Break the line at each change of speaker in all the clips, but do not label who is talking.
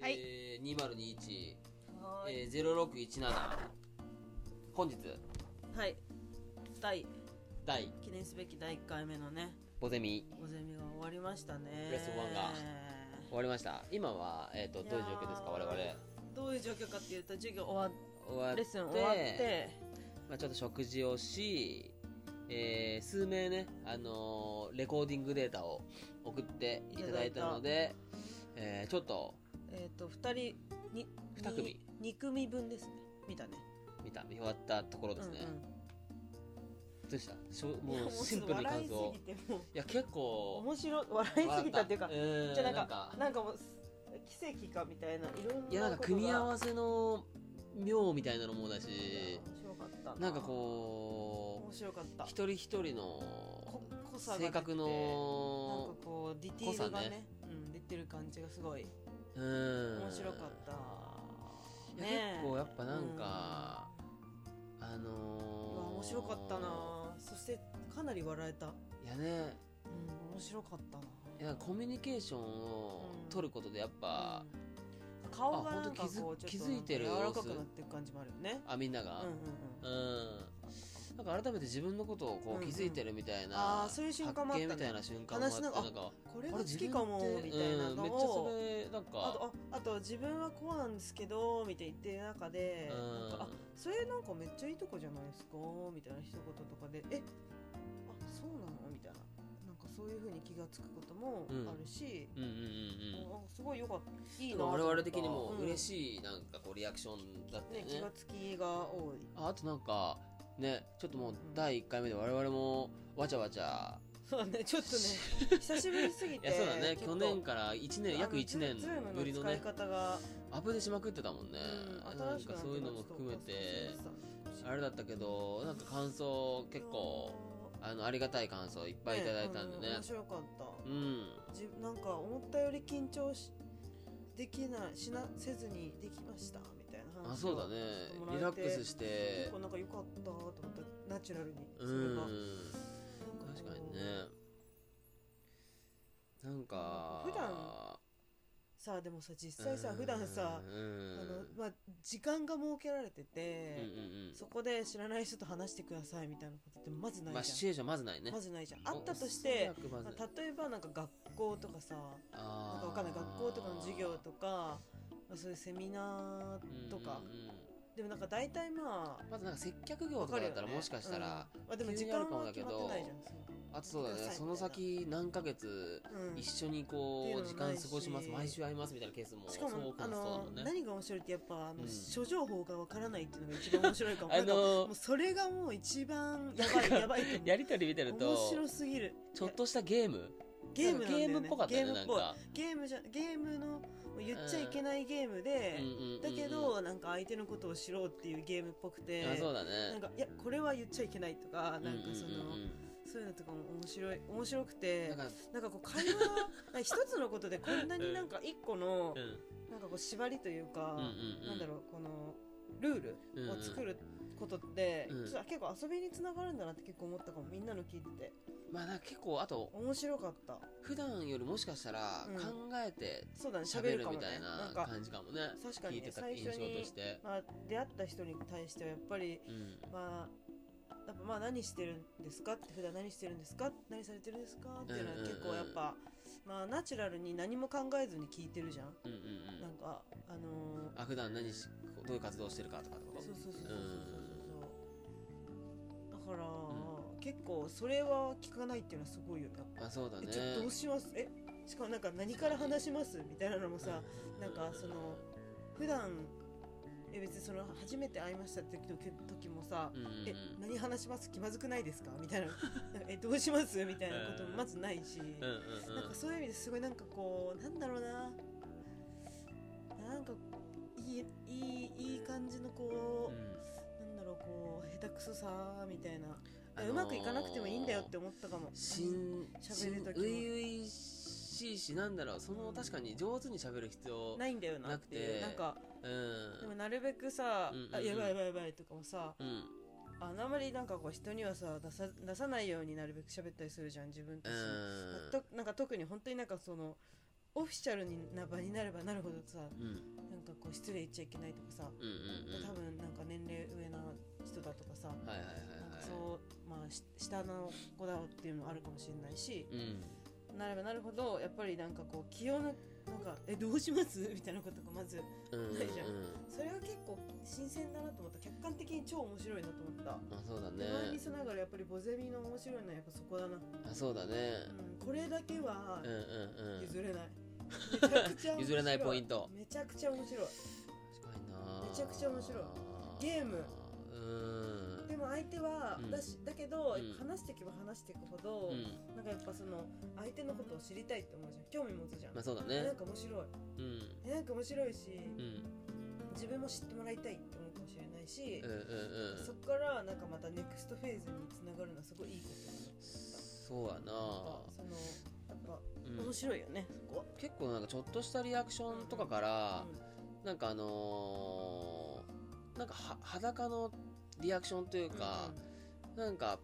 はい
えー、2021、
はーい、
えー、0617本日
はい第
第
記念すべき第1回目のね
ボゼミ
おゼミが終わりましたね
レッスンワンが終わりました今は、えー、と
い
ど
やー
ういう状況ですか我々
どういう状況かっていうと授業終わ
終わっ
レッスン終わって
まあ、ちょっと食事をし、えー、数名ね、あのーレコーディングデータを送っていただいたのでえー、ちょっと
えっ、と2人に
二組
に2組分ですね見たね
見た見終わったところですね、
うん
どうしたしょ
うんいや
もう
もう
シンプルに感想
笑いすぎてもう
いや結構
面白い笑いすぎたっていうか
笑った
じゃあなん
うん
かなんかもう奇跡かみたいないろんなことが
いやなんか組み合わせの妙みたいなのもだし
面白かった
なんか
う
こ
面白かった
う一人一人
こ
の
濃さが出て
性格
なんか
の
こうディティールが
濃
ね
さね
うん、出てる感じがすごい
うん
面白かった、
いや
ねえ
結構やっぱなんか、あのー、
うんうわ面白かったなそしてかなり笑えた、
いやね
うん、面白かったない
やコミュニケーションを
うん
取ることでやっぱ、
うん顔がなんか
あ
こ
ほ
うん
と
ち
気づ気づ
ょっとなん
い
か
て
柔
る
ら
様
か
子
くなってる感じもあるよね
あみんな
うん
が
うんうん
うん、なんか改めて自分のことをこう
うんう
気
ん
づいてるみたいな、
あーそういう瞬間もあったね
発見みたいな瞬間もあっ
話
て
な
なんん
か
か
これが
あ
好
れ自分
き
っ
かも
て
みたいな
うんめっ
の
ちゃそ
を、
れなんか
あとああと自分はこうなんですけどみたいな言ってる中で、
うん
なんかあそれなんかめっちゃいいとこじゃないですかみたいな一言とかでえあそうなのみたいななんかそういうふうに気がつくことも
うん
あるし、
うんうんうんうん
あすごいよかったいい
で
な
も我々的にも嬉
い、
しいなんかこうリアクションだっ
うん
たよ
ね、気
ね
がつきが多い
ああとなんかねちょっともう第1回目で我々もわちゃわちゃ
そうだねちょっとね 久しぶりすぎ
い
て
やそうだね
ちょ
去
っと
年から1年約1
ズーム
年ぶりの
の使い
ね
方が、
アップデートしまくってたもんね、
うん
な
新
ん
しくな
か
って
そういうのも含めて
ちょっと忘れてた
あれだったけどなんか感想結構あのありがたい感想いっぱいいただいたんで
う
ね
面白かった
うん
じなんか思ったより緊張しできないしなせずにできましたみたいな話
あそうだね
してもらえ
リ
て
ラックスし
結
て
構なんか良かったと思ったナチュラルにそれ
う
が
ん
なん
確
こう
かにねなんか
普段さあでもさ実際さ
うん
普段さ
う
あ
ん
のまあ時間が設けられてて
うんうんうん
そこで知らない人と話してくださいみたいなことってまずな
まあ
い
シ
じ
チュエーションまずない
ゃ
ね
んまずないじゃんあったとして
おそらくまずな
ま
い
あ例えばなんか学校とかさなん
あ
か
ー
わかんない学校とかの授業とかまあそういうセミナーとか
うんうんうん
でもなんか大体まあ
まずなんか接客業とかだったらもしかしたら、、
うんまあ、でも
急
時
にあ
間
るかも
は
だけ
決
ど
まってないじゃんそ
あとそうだ
くださいみ
ね
たいな
その先何ヶ月
ううん
一緒にこ
っていう
う
の
時
もな
間
いし
過ごします毎週会いますみたいなケースも
しか
そ
も
うか
あ
もそうだ
の
もんね
何が面白いってやっぱあの、
うん
諸情報がわからないっていうのが一番面白いか も,、
あのー
もうそれがもう一番やばいやばいと思 う
やりとり見てる
面白
と
すぎる
ちょっとしたゲーム
ゲームなんだよ、ね、
ゲームっぽかったよね
ゲームぽい
なんか
ゲームじゃゲームのもう言っちゃいけないゲームで、
うんうんうんうん
だけどなんか相手のことを知ろうっていうゲームっぽくて
あそうだ
なん
ね
かいやこれは言っちゃいけないとかなんかその、
うんうんうん
そういうのとかも面白い面白くて
なんか
なんかこう会話一つのことでこんなになんか一個の
うん
なんかこう縛りというか、
うんうんうん
なんだろうこのルールを作ることって、
うんうん
実は結構遊びにつながるんだなって結構思ったかもみんなの聞いてて
まあなんか結構あと
面白かった
普段よりもしかしたら
うん
考えて
そうだね
喋
喋る
る
かも
み
ね
たい
な
なん
か
感じかもね
確かに
聞いてた
最
印
初
象
に
として
まあ、出会った人に対してはやっぱり
うん
まあやっぱまあ何してるんですかって普段何してるんですか何されてるんですかっていうのは
うんうんうん
結構やっぱ、まあナチュラルに何も考えずに聞いてるじゃん
うんうんう
なんんかあのー
あ普段何しこうどういう活動してるかとかってこと
そうそうそうそうそう
うん
そうそうだから、結構それは聞かないっていうのはすごいよね
あそうだ
え
ね
ちょっとどうしますえしかもなんか何から話しますみたいなのもさなんかその普段え別にその初めて会いましたって時時もさ、
うんうんうん
え何話します気まずくないですかみたいななんかえどうしますみたいなこともまずないし、
うんうんうん
なんかそういう意味ですごいなんかこうなんだろうななんかいいいいいい感じのこう、
ん
なんだろうこう下手くそさみたいな、
あのー
うまくいかなくてもいいんだよって思ったかも
しん
喋る時も
しんういういしいしなんだろうその確かに上手に喋る必要
ないんだよなっていうな
なんくて
か
う
でも
ん
なるべくさ「
うんうんうん
あやばいやばいやばい」とかもさ
うん
あのあまりなんかこう人にはさ出さ出さないようになるべく喋ったりするじゃん自分たち、
うん
となんか特に本当になんかそのオフィシャルにな場になればなるほどさ
うんうん
なんかこう失礼言っちゃいけないとかさ、
うん
多分なんか年齢上な人だとかさ、
うんはいはいはい
なんか
は
そうまあし下の子だっていうのもあるかもしれない
い、
し
うん
なればなるほどやっぱりなんかこう気を抜なんか「えどうします?」みたいなことがまず
うんうん
ないじゃん
うん
それは結構新鮮だなと思った客観的に超面白いなと思った。
まあそうだね
前にそながらやっぱりボゼミの面白いのはやっぱそこだな、
あそうだね
うん、これだけは
うんうんうん
譲 れない、めちゃくちゃ面白
譲れないポイント
めちゃくちゃ面白い
確かにな
めちゃくちゃ面白いゲーム
うん
でも相手は、
うん
だしだけど、
うん
話していけば話していくほど、
うん
なんかやっぱその相手のことを知りたいって思うじゃん興味持つじゃん、
まあそうだ
えな
ね
んか面白い
うん
えなんか面白いし、
うん
自分も知ってもらいたいって思うかもしれないし
うんう、んうん
そこからなんかまたネクストフェーズにつながるのはすごいいいことだな
そうやな
なんかそのやっぱ
うん
面白いよね、そこは
結構なんかちょっとしたリアクションとかから、なんかあのーなんかは裸のリアクションというか、なんか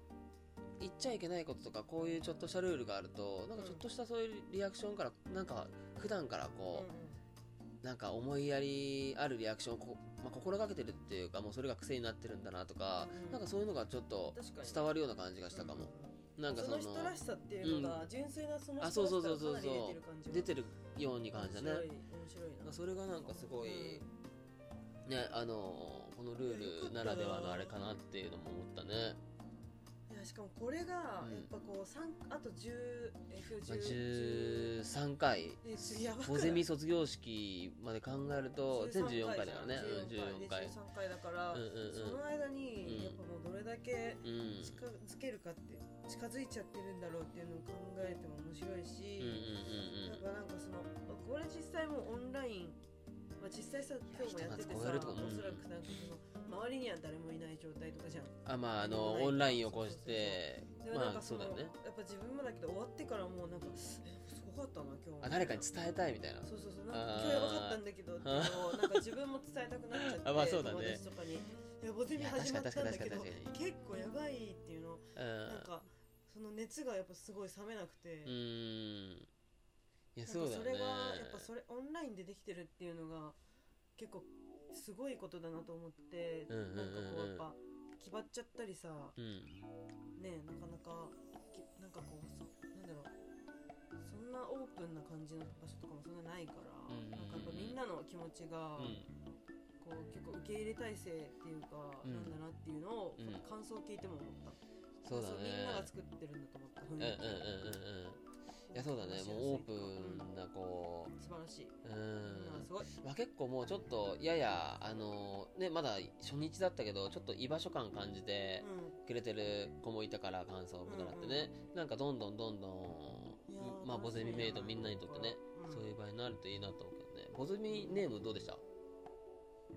言っちゃいけないこととかこういうちょっとしたルールがあるとなんかちょっとしたそういうリアクションからなんか普段から
うんうん
こ
うん
う、なんか思いやりあるリアクションをこ、まあ、心がけてるっていうかもうそれが癖になってるんだなとか、
うん
なんかそういうのがちょっと
確かに
伝わるような感じがしたかも、なんか
そ
そ
の
の
人らしさっていうのが、
う
純粋なその
あ
人
そう
らしさ
そうそうそう
がかなり出てる感じ
出てるように感じだね
面白い面白い
なんか
な
それがなんかすごい、ねあのーこのルールならではのあれかなっていうのも思ったね
いやしかもこれがや
うん
っぱこう三あと 10F10
13回
えそれやばくない
ボゼミ卒業式まで考えると全14回だからねうん
14
14
回
回
で13回だから
うんうんうん
その間
うん
にやっぱもうどれだけ
うんうん
近づけるかって近づいちゃってるんだろうっていうのを考えても面白いし、
うんうん
やっぱなんかそのこれ実際もうオンライン、まあ、実際さ今日もやって
人
て
が
さ
超えるとかうん
おそらくなんかその周りには誰もいない状態とかじゃ
う
ん
んあまああのオンラインをこうして
でもなん
まあ
かそ
そう
の、
だね
やっぱ自分もだけど終わってからもうなんかえすごかったな今日
あ誰かに伝えたいみたいな
そうそうそうなんか
あー
今日やばかったんだけどっていうのをなんか自分も伝えたくなっちゃって
あまあそうだね
友達とかに「いやボゼミ始まったんだけ
いや確かに確かに確か
ど結構やばい」っていうの
う
なんかその熱がやっぱすごい冷めなくて、
んうんいや
な
そ
ん
う
か
だ
そ
ね
れがやっぱそれオンラインでできてるっていうのが結構すごいことだなと思って、
うんうんうんうん
なんかこうやっぱ決まっちゃったりさ
うん
ねなかなかきなんかこうそなんだろうそんなオープンな感じの場所とかもそんなないから、
うんうんうん
なんかやっぱみんなの気持ちが、
うん
こう結構受け入れ体制っていうか、
うん
なんだなっていうのを、
うん
感想を聞いても思った
そうだね
みんなが作ってるんだと思った
う
雰
んうんうん
囲
うんうんいやそうだね
気
もうオープンなこ
うん素晴らし
う
い、
う
みんなが
ん
すごい、
まあ、結構もうちょっとややあのねまだ初日だったけどちょっと居場所感感じて
うん
くれてる子もいたから感想とかだってね、なんかどんどんどんどん
いやー
まあボゼミメイド
楽
み
しみ
ん
だな
なにとってね、
うん
そういう場合になるといいなと思うけどねボゼミネームどうでした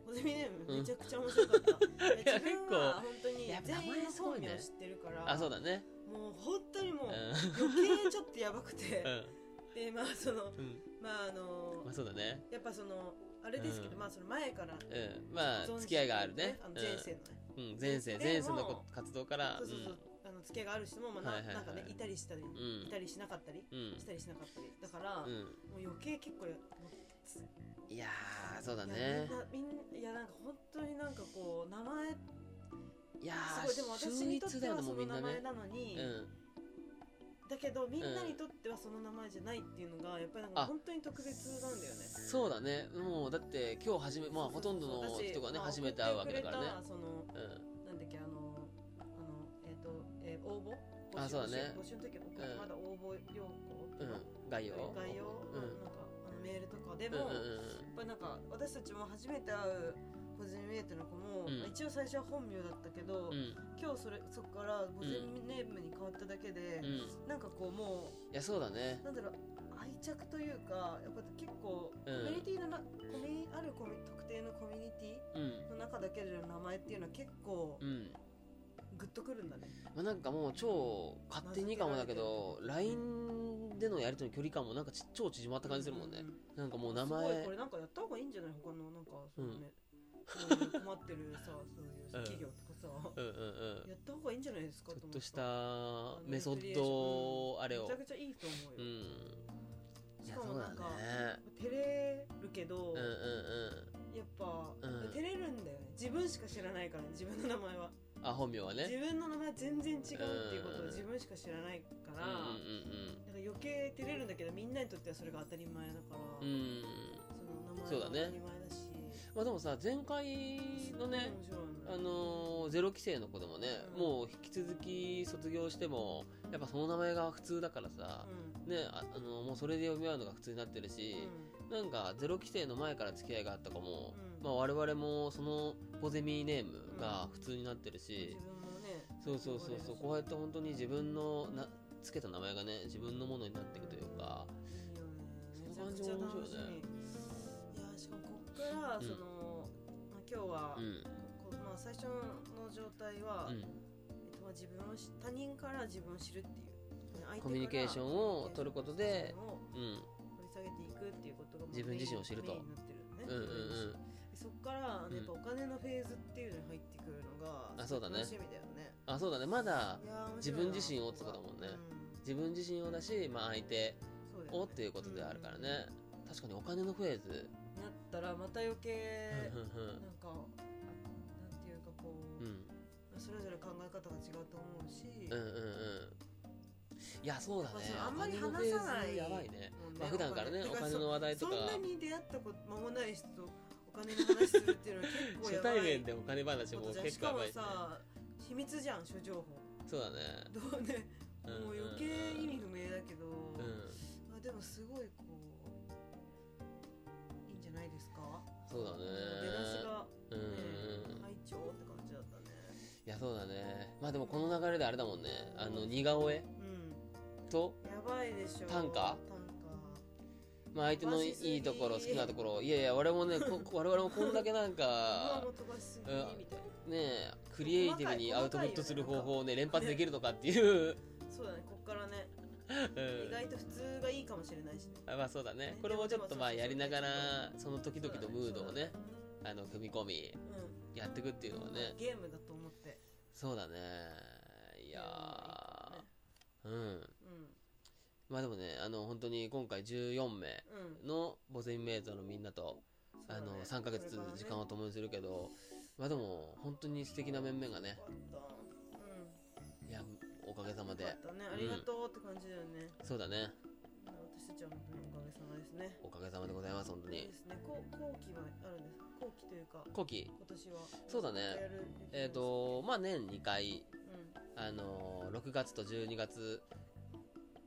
ボゼミネー
うん
ムめちゃくちゃ面白 かった、いや自分は本当に
やっぱ名
全員
前
の
すご
本
いね
名を知ってるから
あそうだね
もう本当にも
う
うん余計ちょっとやばくて
うん
でまあその
うん
まああの
まあそうだね
やっぱそのあれですけど、
うん
まあその前から
うんまあ
存じ
付き合いがあるね
あの前世のね、
うん、うん、前世
で
前世の
も
こ活動から
そうそうそう、あの付き合いがある人も、まあな
はいはいはい
なんかねいたりしたり、
ん
いたりしなかったり
うん、
したりしなかったりだから、
うん
も
うん
う余計結構や
いやーそうだ
いや
ね
みんないやなんか本当になんかこう名前す
いや
ごいでも
ー
私にとっては
秀逸
その
みん
名
な
前
ね
なのに、
うん
だけどみんなにとってはその名前じゃないっていうのがやっぱりなん
あ
か本当に特別なんだよね。
そうだねもうだって今日初めまあほとんどの人がね初めて会うわけだからね
まあ送ってくれたその
う
なんだっけあのあのえっ、と、えー応募募集
あそうだね
募集募集の時送って
うん
まだ応募要項、
んうん概要
概要
うん
なんかあのメールとかで
うんうん
も、やっぱりなんか私たちも初めて会うボゼミメイトの子も、
うん
まあ一応最初は本名だったけ
う
ど、
んうん
今日それそこからボゼミネームに変わっただけ
う
で、
んい
なんかこうもう
やそうだね
なんだろう愛着というかやっぱ結構コ
う
ミ
ん
ュニティのな、コミュニあるコミュ特定のコミュニテ
うん
ィの中だけでの名前っていうのは結構
うん
グッとくるんだね、
まあなんかもう超勝手にかもだけど LINE でのやり取りの距離感もなんかち超縮まった感じするもんね
うう
なんかもう
う
名
すごい
前
これなんかやった方がいいんじゃない他のなんかそのね、そういう困ってる さそういうさ
うん
企業とかさ、
うんうんうん
やった方がいいんじゃないですか
ちょ
と
っ
思
と
た
したメソッドあれ
め
を
ちゃくちゃいいと思
う
うよ、
んいや
し
や
かも
そう
な
だ
ん
ね
か照れるけど、
うんうん
やっぱ、
うん
照れるんだよね自分しか知らないから、ね、自分の名前は、
うんあ本名は
自
ね
分の名前全然違うっていうこと
うん
を自分しか知らないから、
うん
なんか余計照れるんだけどみんなにとってはそれが当たり前だか
う
ら、
んうんうん
そ
そう
の名前が
だ
当
ね
たり前だし
まあでもさ前回のね
面白いね
あのーゼロ規制の子でもね、
うん
もう引き続き卒業してもやっぱその名前が普通だからさ、ねああのーもうそれで読み合うのが普通になってるし、なんかゼロ規制の前から付き合いがあった子も、
うん
まあ、我々もそのポゼミネームが普通になってる
うんうん、
し
自、分もね
そうそうそうそうこうやって本当に自分のな付けた名前がね自分のものになっていくというか、
いいよねめち
そ
ゃ
の
く
感じ
ちゃ
も面白いね
楽しみいやしかもこっから
ん
その、まあ、今日は、
うん
ここまあ、最初の状態は、
うん、
えっとまあ、自分をし他人から自分を知るっていう相手から
コミュニケーションを取ることで
コ
うん
ミュニケーションを掘り下げていくっていうことがまあ
自分自身を知ると
メインになっ
うんうん
てるよ
う
ね、
ん
そこからあの
うん
やっぱお金のフェーズっていうのに入ってくるのが
あそうだね
楽しみだよね
あそうだねまだ
いやー
自分
面白いな
自身をってことだもんね自分自身をだし、まあ、相手
そうだよね
をっていうことであるからね、確かにお金のフェーズ、
うんなったらまた余計
う
なんんか
うん
なんていうかこう、
うん
それぞれ考え方が違うと思うし、
うんうんうんいやそうだね
やっぱそうあんまり
お金のフェーズ
話さない
やばいね
もうね
まあ普段からね
お
お
金
金の話題と
そ
か
んなに出会ったこと間もない人とお金の話するっていうのは結構や
初
ばい
対面でお金話
こと
も
じゃん
結
し
構
か
や
も
ばいしね
さ秘密じゃん諸情報
そうだね
どうね
んんん
もう余計意味不明だけど、
うん
あでもすごいこういいんじゃないですか
そうだね
出だしが
うんう
ね
ん
拝聴、って感じだったね
いやそうだねまあでもこの流れであれだもんねあの似顔絵
う
と、
んやばいでしょ
短歌
短歌
まあ、相手のいいところ好きなところいやいや我々もねこ 我々もこんだけなん
今
か
も飛ばしすぎ
うん
みたいな
ねえクリエイティブにアウトプットする方法をね連発できるとかっていう、
そうだねこっからね
うん
意外と普通がいいかもしれないしね
あまあそうだねこれもちょっとまあやりながらその時々のムードをねあの組み込み
うん
やっていくっていうのはね
ゲームだと思って
そうだねいやーうん
う
まあでもねあの本当に今回14名
んうん
のボゼミメイトのみんなと
そう
あ
だね
の3ヶ月
これからね
時間を共にするけどまあでも本当に素敵な面々がね
よかったうん
いやおかげさま
よ
で
かったねありがとうって感じだよね
そうだね
私たちは本当におかげさまですね
おかげさまでございます本当
そう
に
ですねこう後期はあるんです後期というか
後期
今年は
そうだね
やる
えっ、とまあ年2回
うん
あのー6月と12月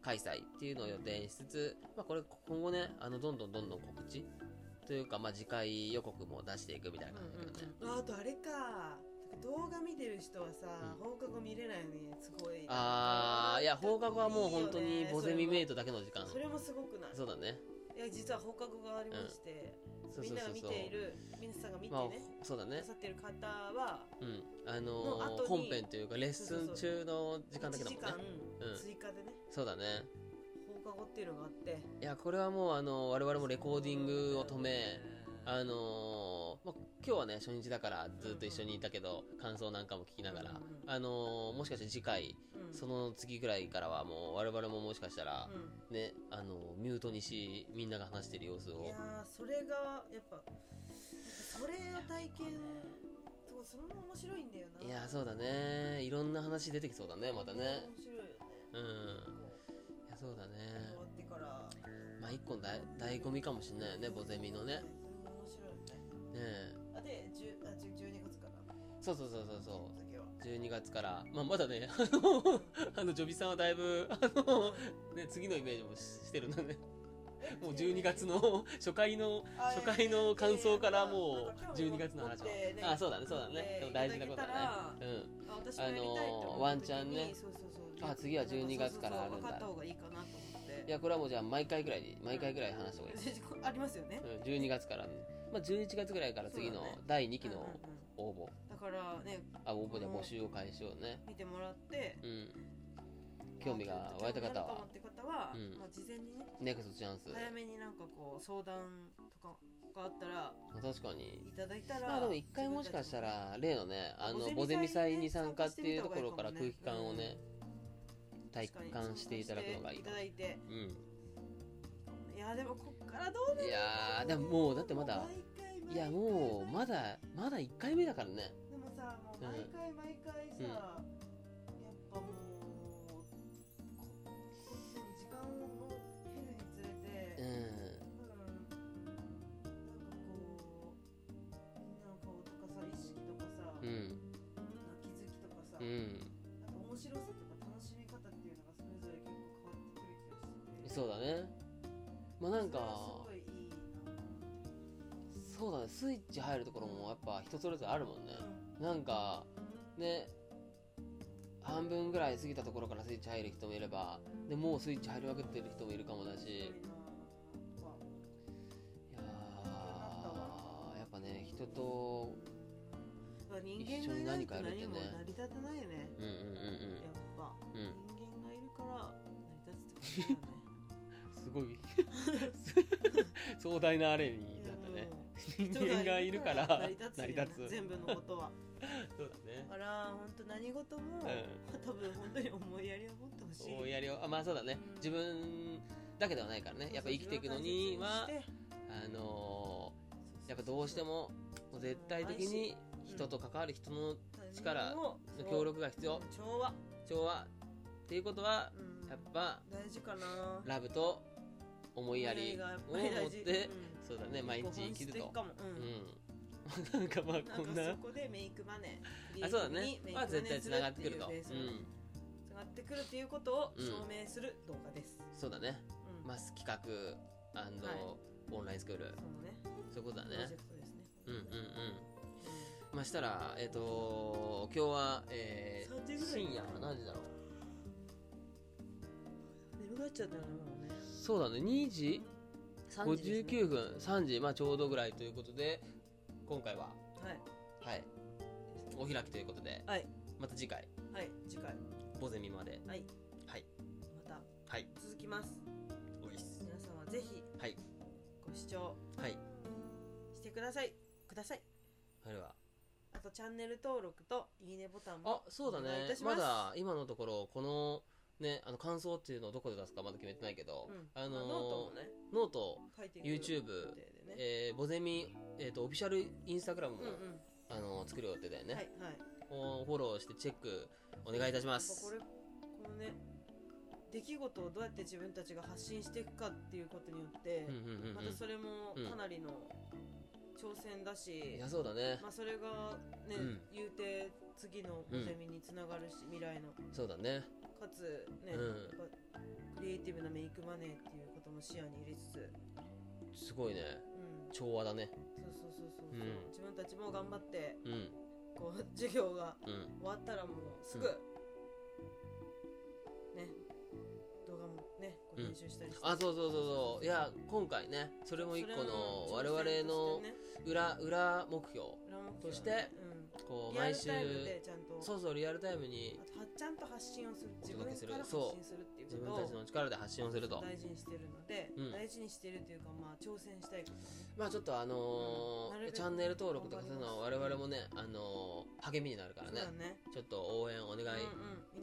開催っていうのを予定しつつ、まあ、これ今後ねあのどんどんどんどん告知というか、まあ、次回予告も出していくみたいな感じだけどね、
うんうんうんあとあれか動画見てる人はさ、放課後見れないのにすごい
あーいや放課後はもう本当
いい
に
よね
ボゼミメイトだけの時間
それもすごくない
そうだね
いや実は放課後がありまして、
そう
み
そ
ん
う
な
そ
が
う
見
そう
ている皆さんが見て
まあ
ね、
そうだ
な
ね
さってる方は
うんあ
の
の
後
ー
に
本編というかレッスン中の時間だけだもんね
1時間
うん
追加でね、
そうだね
放課後っていうのがあって
いやこれはもうあの我々もレコーディングを止め
あ
あのーまあ、今日はね初日だからずっと一緒にいたけど、感想なんかも聞きながら、
うんうんうん
あのーもしかして次回、
うん
その次ぐらいからはもう我々ももしかしたら、
う
ねあのーミュートにしみんなが話してる様子
ん、い
を
やーそれがやっぱそれを体験そうそれも面白いんだよない
いやそうだねいろんな話出てきそうだねまたね
面白いよね
うんい
こう
やそうだ
終わ
ね
ってから
まあ一個の醍醍醐味かもしんないよねボゼミのねね
面白いね
え
あで10あ10 12月から
そうそうそうそうそう
次は
12月から、まあ、まだね、 あの、あの、ジョビさんはだいぶ、あの、ね、次のイメージもししてるんだね。もう12月の初回の、初回の感想からもう12月の話は。あ、そうだね、そうだね。でも大事なことだね。うん。
あ私もやりたいと思っ
あ
た時に
のーワンチャンね
そうそうそう
あ次は12月からあるんだ
そうそうそう分かった方がいいかなと思って
いや、これはもうじゃあ毎回ぐらいで、毎回ぐらい話した方がいい。
ありますよね
うん、12月から、まあ、11月ぐらいから次の
そうだね
第2期
うんうんう
の
ん
応募、
だからね
あ、応募で募集を開始をね。
見てもらって
うん。興味が湧いた方
興味があるかも
は
っ、て方は
うん
まあ事前にね
ネクストチャンス。
早めになんかこう相談とかがあったら
確かに。
いただいたら
まあでも一回もしかしたら例のねあのボ
ボ
ゼ
ゼ
ミ
ミ
祭
祭
に
に
参
参
加
加
っ
ってて
い
いうう
と
と
こ
こ
ろ
ろ
か
からら
空気感をね体
確かに
感していただくのがいい
い
か
た
も
だいて
うん
いいやでもこっからどうなる
いやーでももうだってまだ
毎回
い
毎回
やもう
毎
まだまだ1回目だからね
回でもさもう毎回毎回さ、
うん
やっぱもうこ時間を経るにつれ
う
て、
ん
うん、なんかこうみんなの顔とかさ意識とかさ、
うん
なんか気づきとかさ、
うん
なんか面白さとか楽しみ方っていうのがそれぞれ結構変わってくる気がして
そうだねまあなんか
それはすごいいいな
そうだねスイッチ入るところもやっぱ人それぞれあるもんね
うん
なんかね半分ぐらい過ぎたところからスイッチ入る人もいればでもうスイッチ入りまくってる人もいるかもだしい
面
や
白いなとか
ーやっぱね人と
だから人間がいないと何も成り立たないよね
うんうん
やっぱ
うんうんうん
人間がいるから成り立つって
すごい 壮大なあれになった
ことだよ
ね
ね
人間がいるから
成
成
り
り
立
立
つ
つ
よね全部のことは
そうだね
だから本当何事も、
ん
多分本当に思いやりを持ってほしい
思いやりをあまあそうだね
うん
自分だけではないからねやっぱ生きていくのにはあのーやっぱどうしてももう絶対的に人と関わる人の力
の
協力が必要
調和、
調和っていうことは
うん
やっぱ
大事かな
ラブと思いや
思いやり
り
がやっ
を
ぱり
持
大
っ
事
て
うん
そうだね毎日生きる
結
と
構本質的かもうん
うん なんかまあこん
なん
な
かそこでメイクマネー
あそうだ
利益
ね
にメイク
ま
マ
あ
ネー
絶対
す
つ
るっ
な
て
がってくると
いうベース
う
の
ん
つながってくるっていうことを
うん
証明する動画です、
そうだね
うん
マス企画オンラインスクール
そのね
そういうことだ
プロジ
ね
ェクトですね
うんうんうんまあしたらえっと今日はえー
3時ぐらい
深夜何時だろう
うん眠がっちゃったなもうね
そうだね2時
3時ですね
59分3時まあちょうどぐらいということで今回は
はい
はいお開きということで
はい
また次回
はい次回
午前見まで
はい
はい
また
はい
続きます
おいっす
皆さんはぜひ
はい
ご視聴
はい
してくださいください
それは
あとチャンネル登録といいねボタンも
あそうだね
お願いいたしま
ますだ今のところこのねあの感想っていうのをどこで出すかまだ決めてないけど、
うん
あの
まあ
ー
ノートもね
ノート
書いてい
YouTube
予定でね
えー、ボゼミ、えー、とオフィシャルインスタグラムも、
うんうん
あのー作る予定だよね、
はいはい
をフォローしてチェックお願いいたしま
こ
す
れこのね出来事をどうやって自分たちが発信していくかっていうことによって
うん、うんうん
ま
う
た
ん
それも
うん
かなりの挑戦だ
い
し、
やそうだね、
まあ、それがね、
うん
言うて次の
うん
ゼミにつながるし、未来の
そうだね
かつね、
うん
やっぱクリエイティブなメイクマネーっていうことも視野に入れつつ、
すごいね
うん、
調和だね
そうそうそうそう、
うん
自分たちも頑張って
うん
こう 授業が
うん
終わったらもうすぐ、
う
ね動画もねこう
うん
編集したりして、
あそうそうそうそういや今回ねそれも一個の我々の裏裏目標
そ
と
し、
してて
ね、
こ
う
う
ん、リア
毎
ル
週
タイムでちゃんと
そうそうリアルタイムに
あとはちゃんと発信をする
お
自分
届
か
けする
ら発
そう
信するっていう
自
こ
分
と
たちの力で発信をする
を
と
大事にしてるので、
うん
大事にしてるというかまあ挑戦したいことね
まあちょっとあの
うんな
ー
るべく
チャンネル登録とかそういうのは
頑張
我
り
々も
ます
ね、あのー励みになるからね
そうだね
ちょっと応援お願い、
う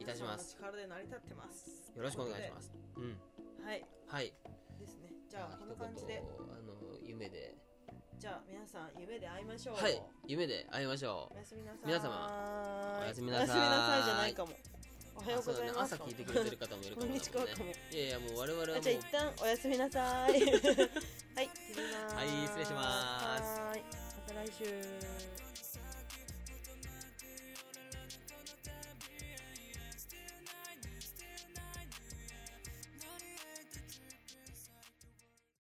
んうん、
いたします
皆様の力で成り立ってます
よろしくお願いしますうん
はい
はい
ですねじゃあこんな
一
感じで
言あの夢で
じゃあ皆さん夢で会いましょう
はい夢で会いましょ
おやすみなさい
皆様おやすみなさい
おやすみなさいじゃないかもお
う
はようございます
あそうだね朝聞いてくれてる方もいるかも
こん
ね
にちはかも
いやいやもう我々はもう
あじゃあ一旦おやすみな さいはい切りまーす
はい失礼します
はーいまた来週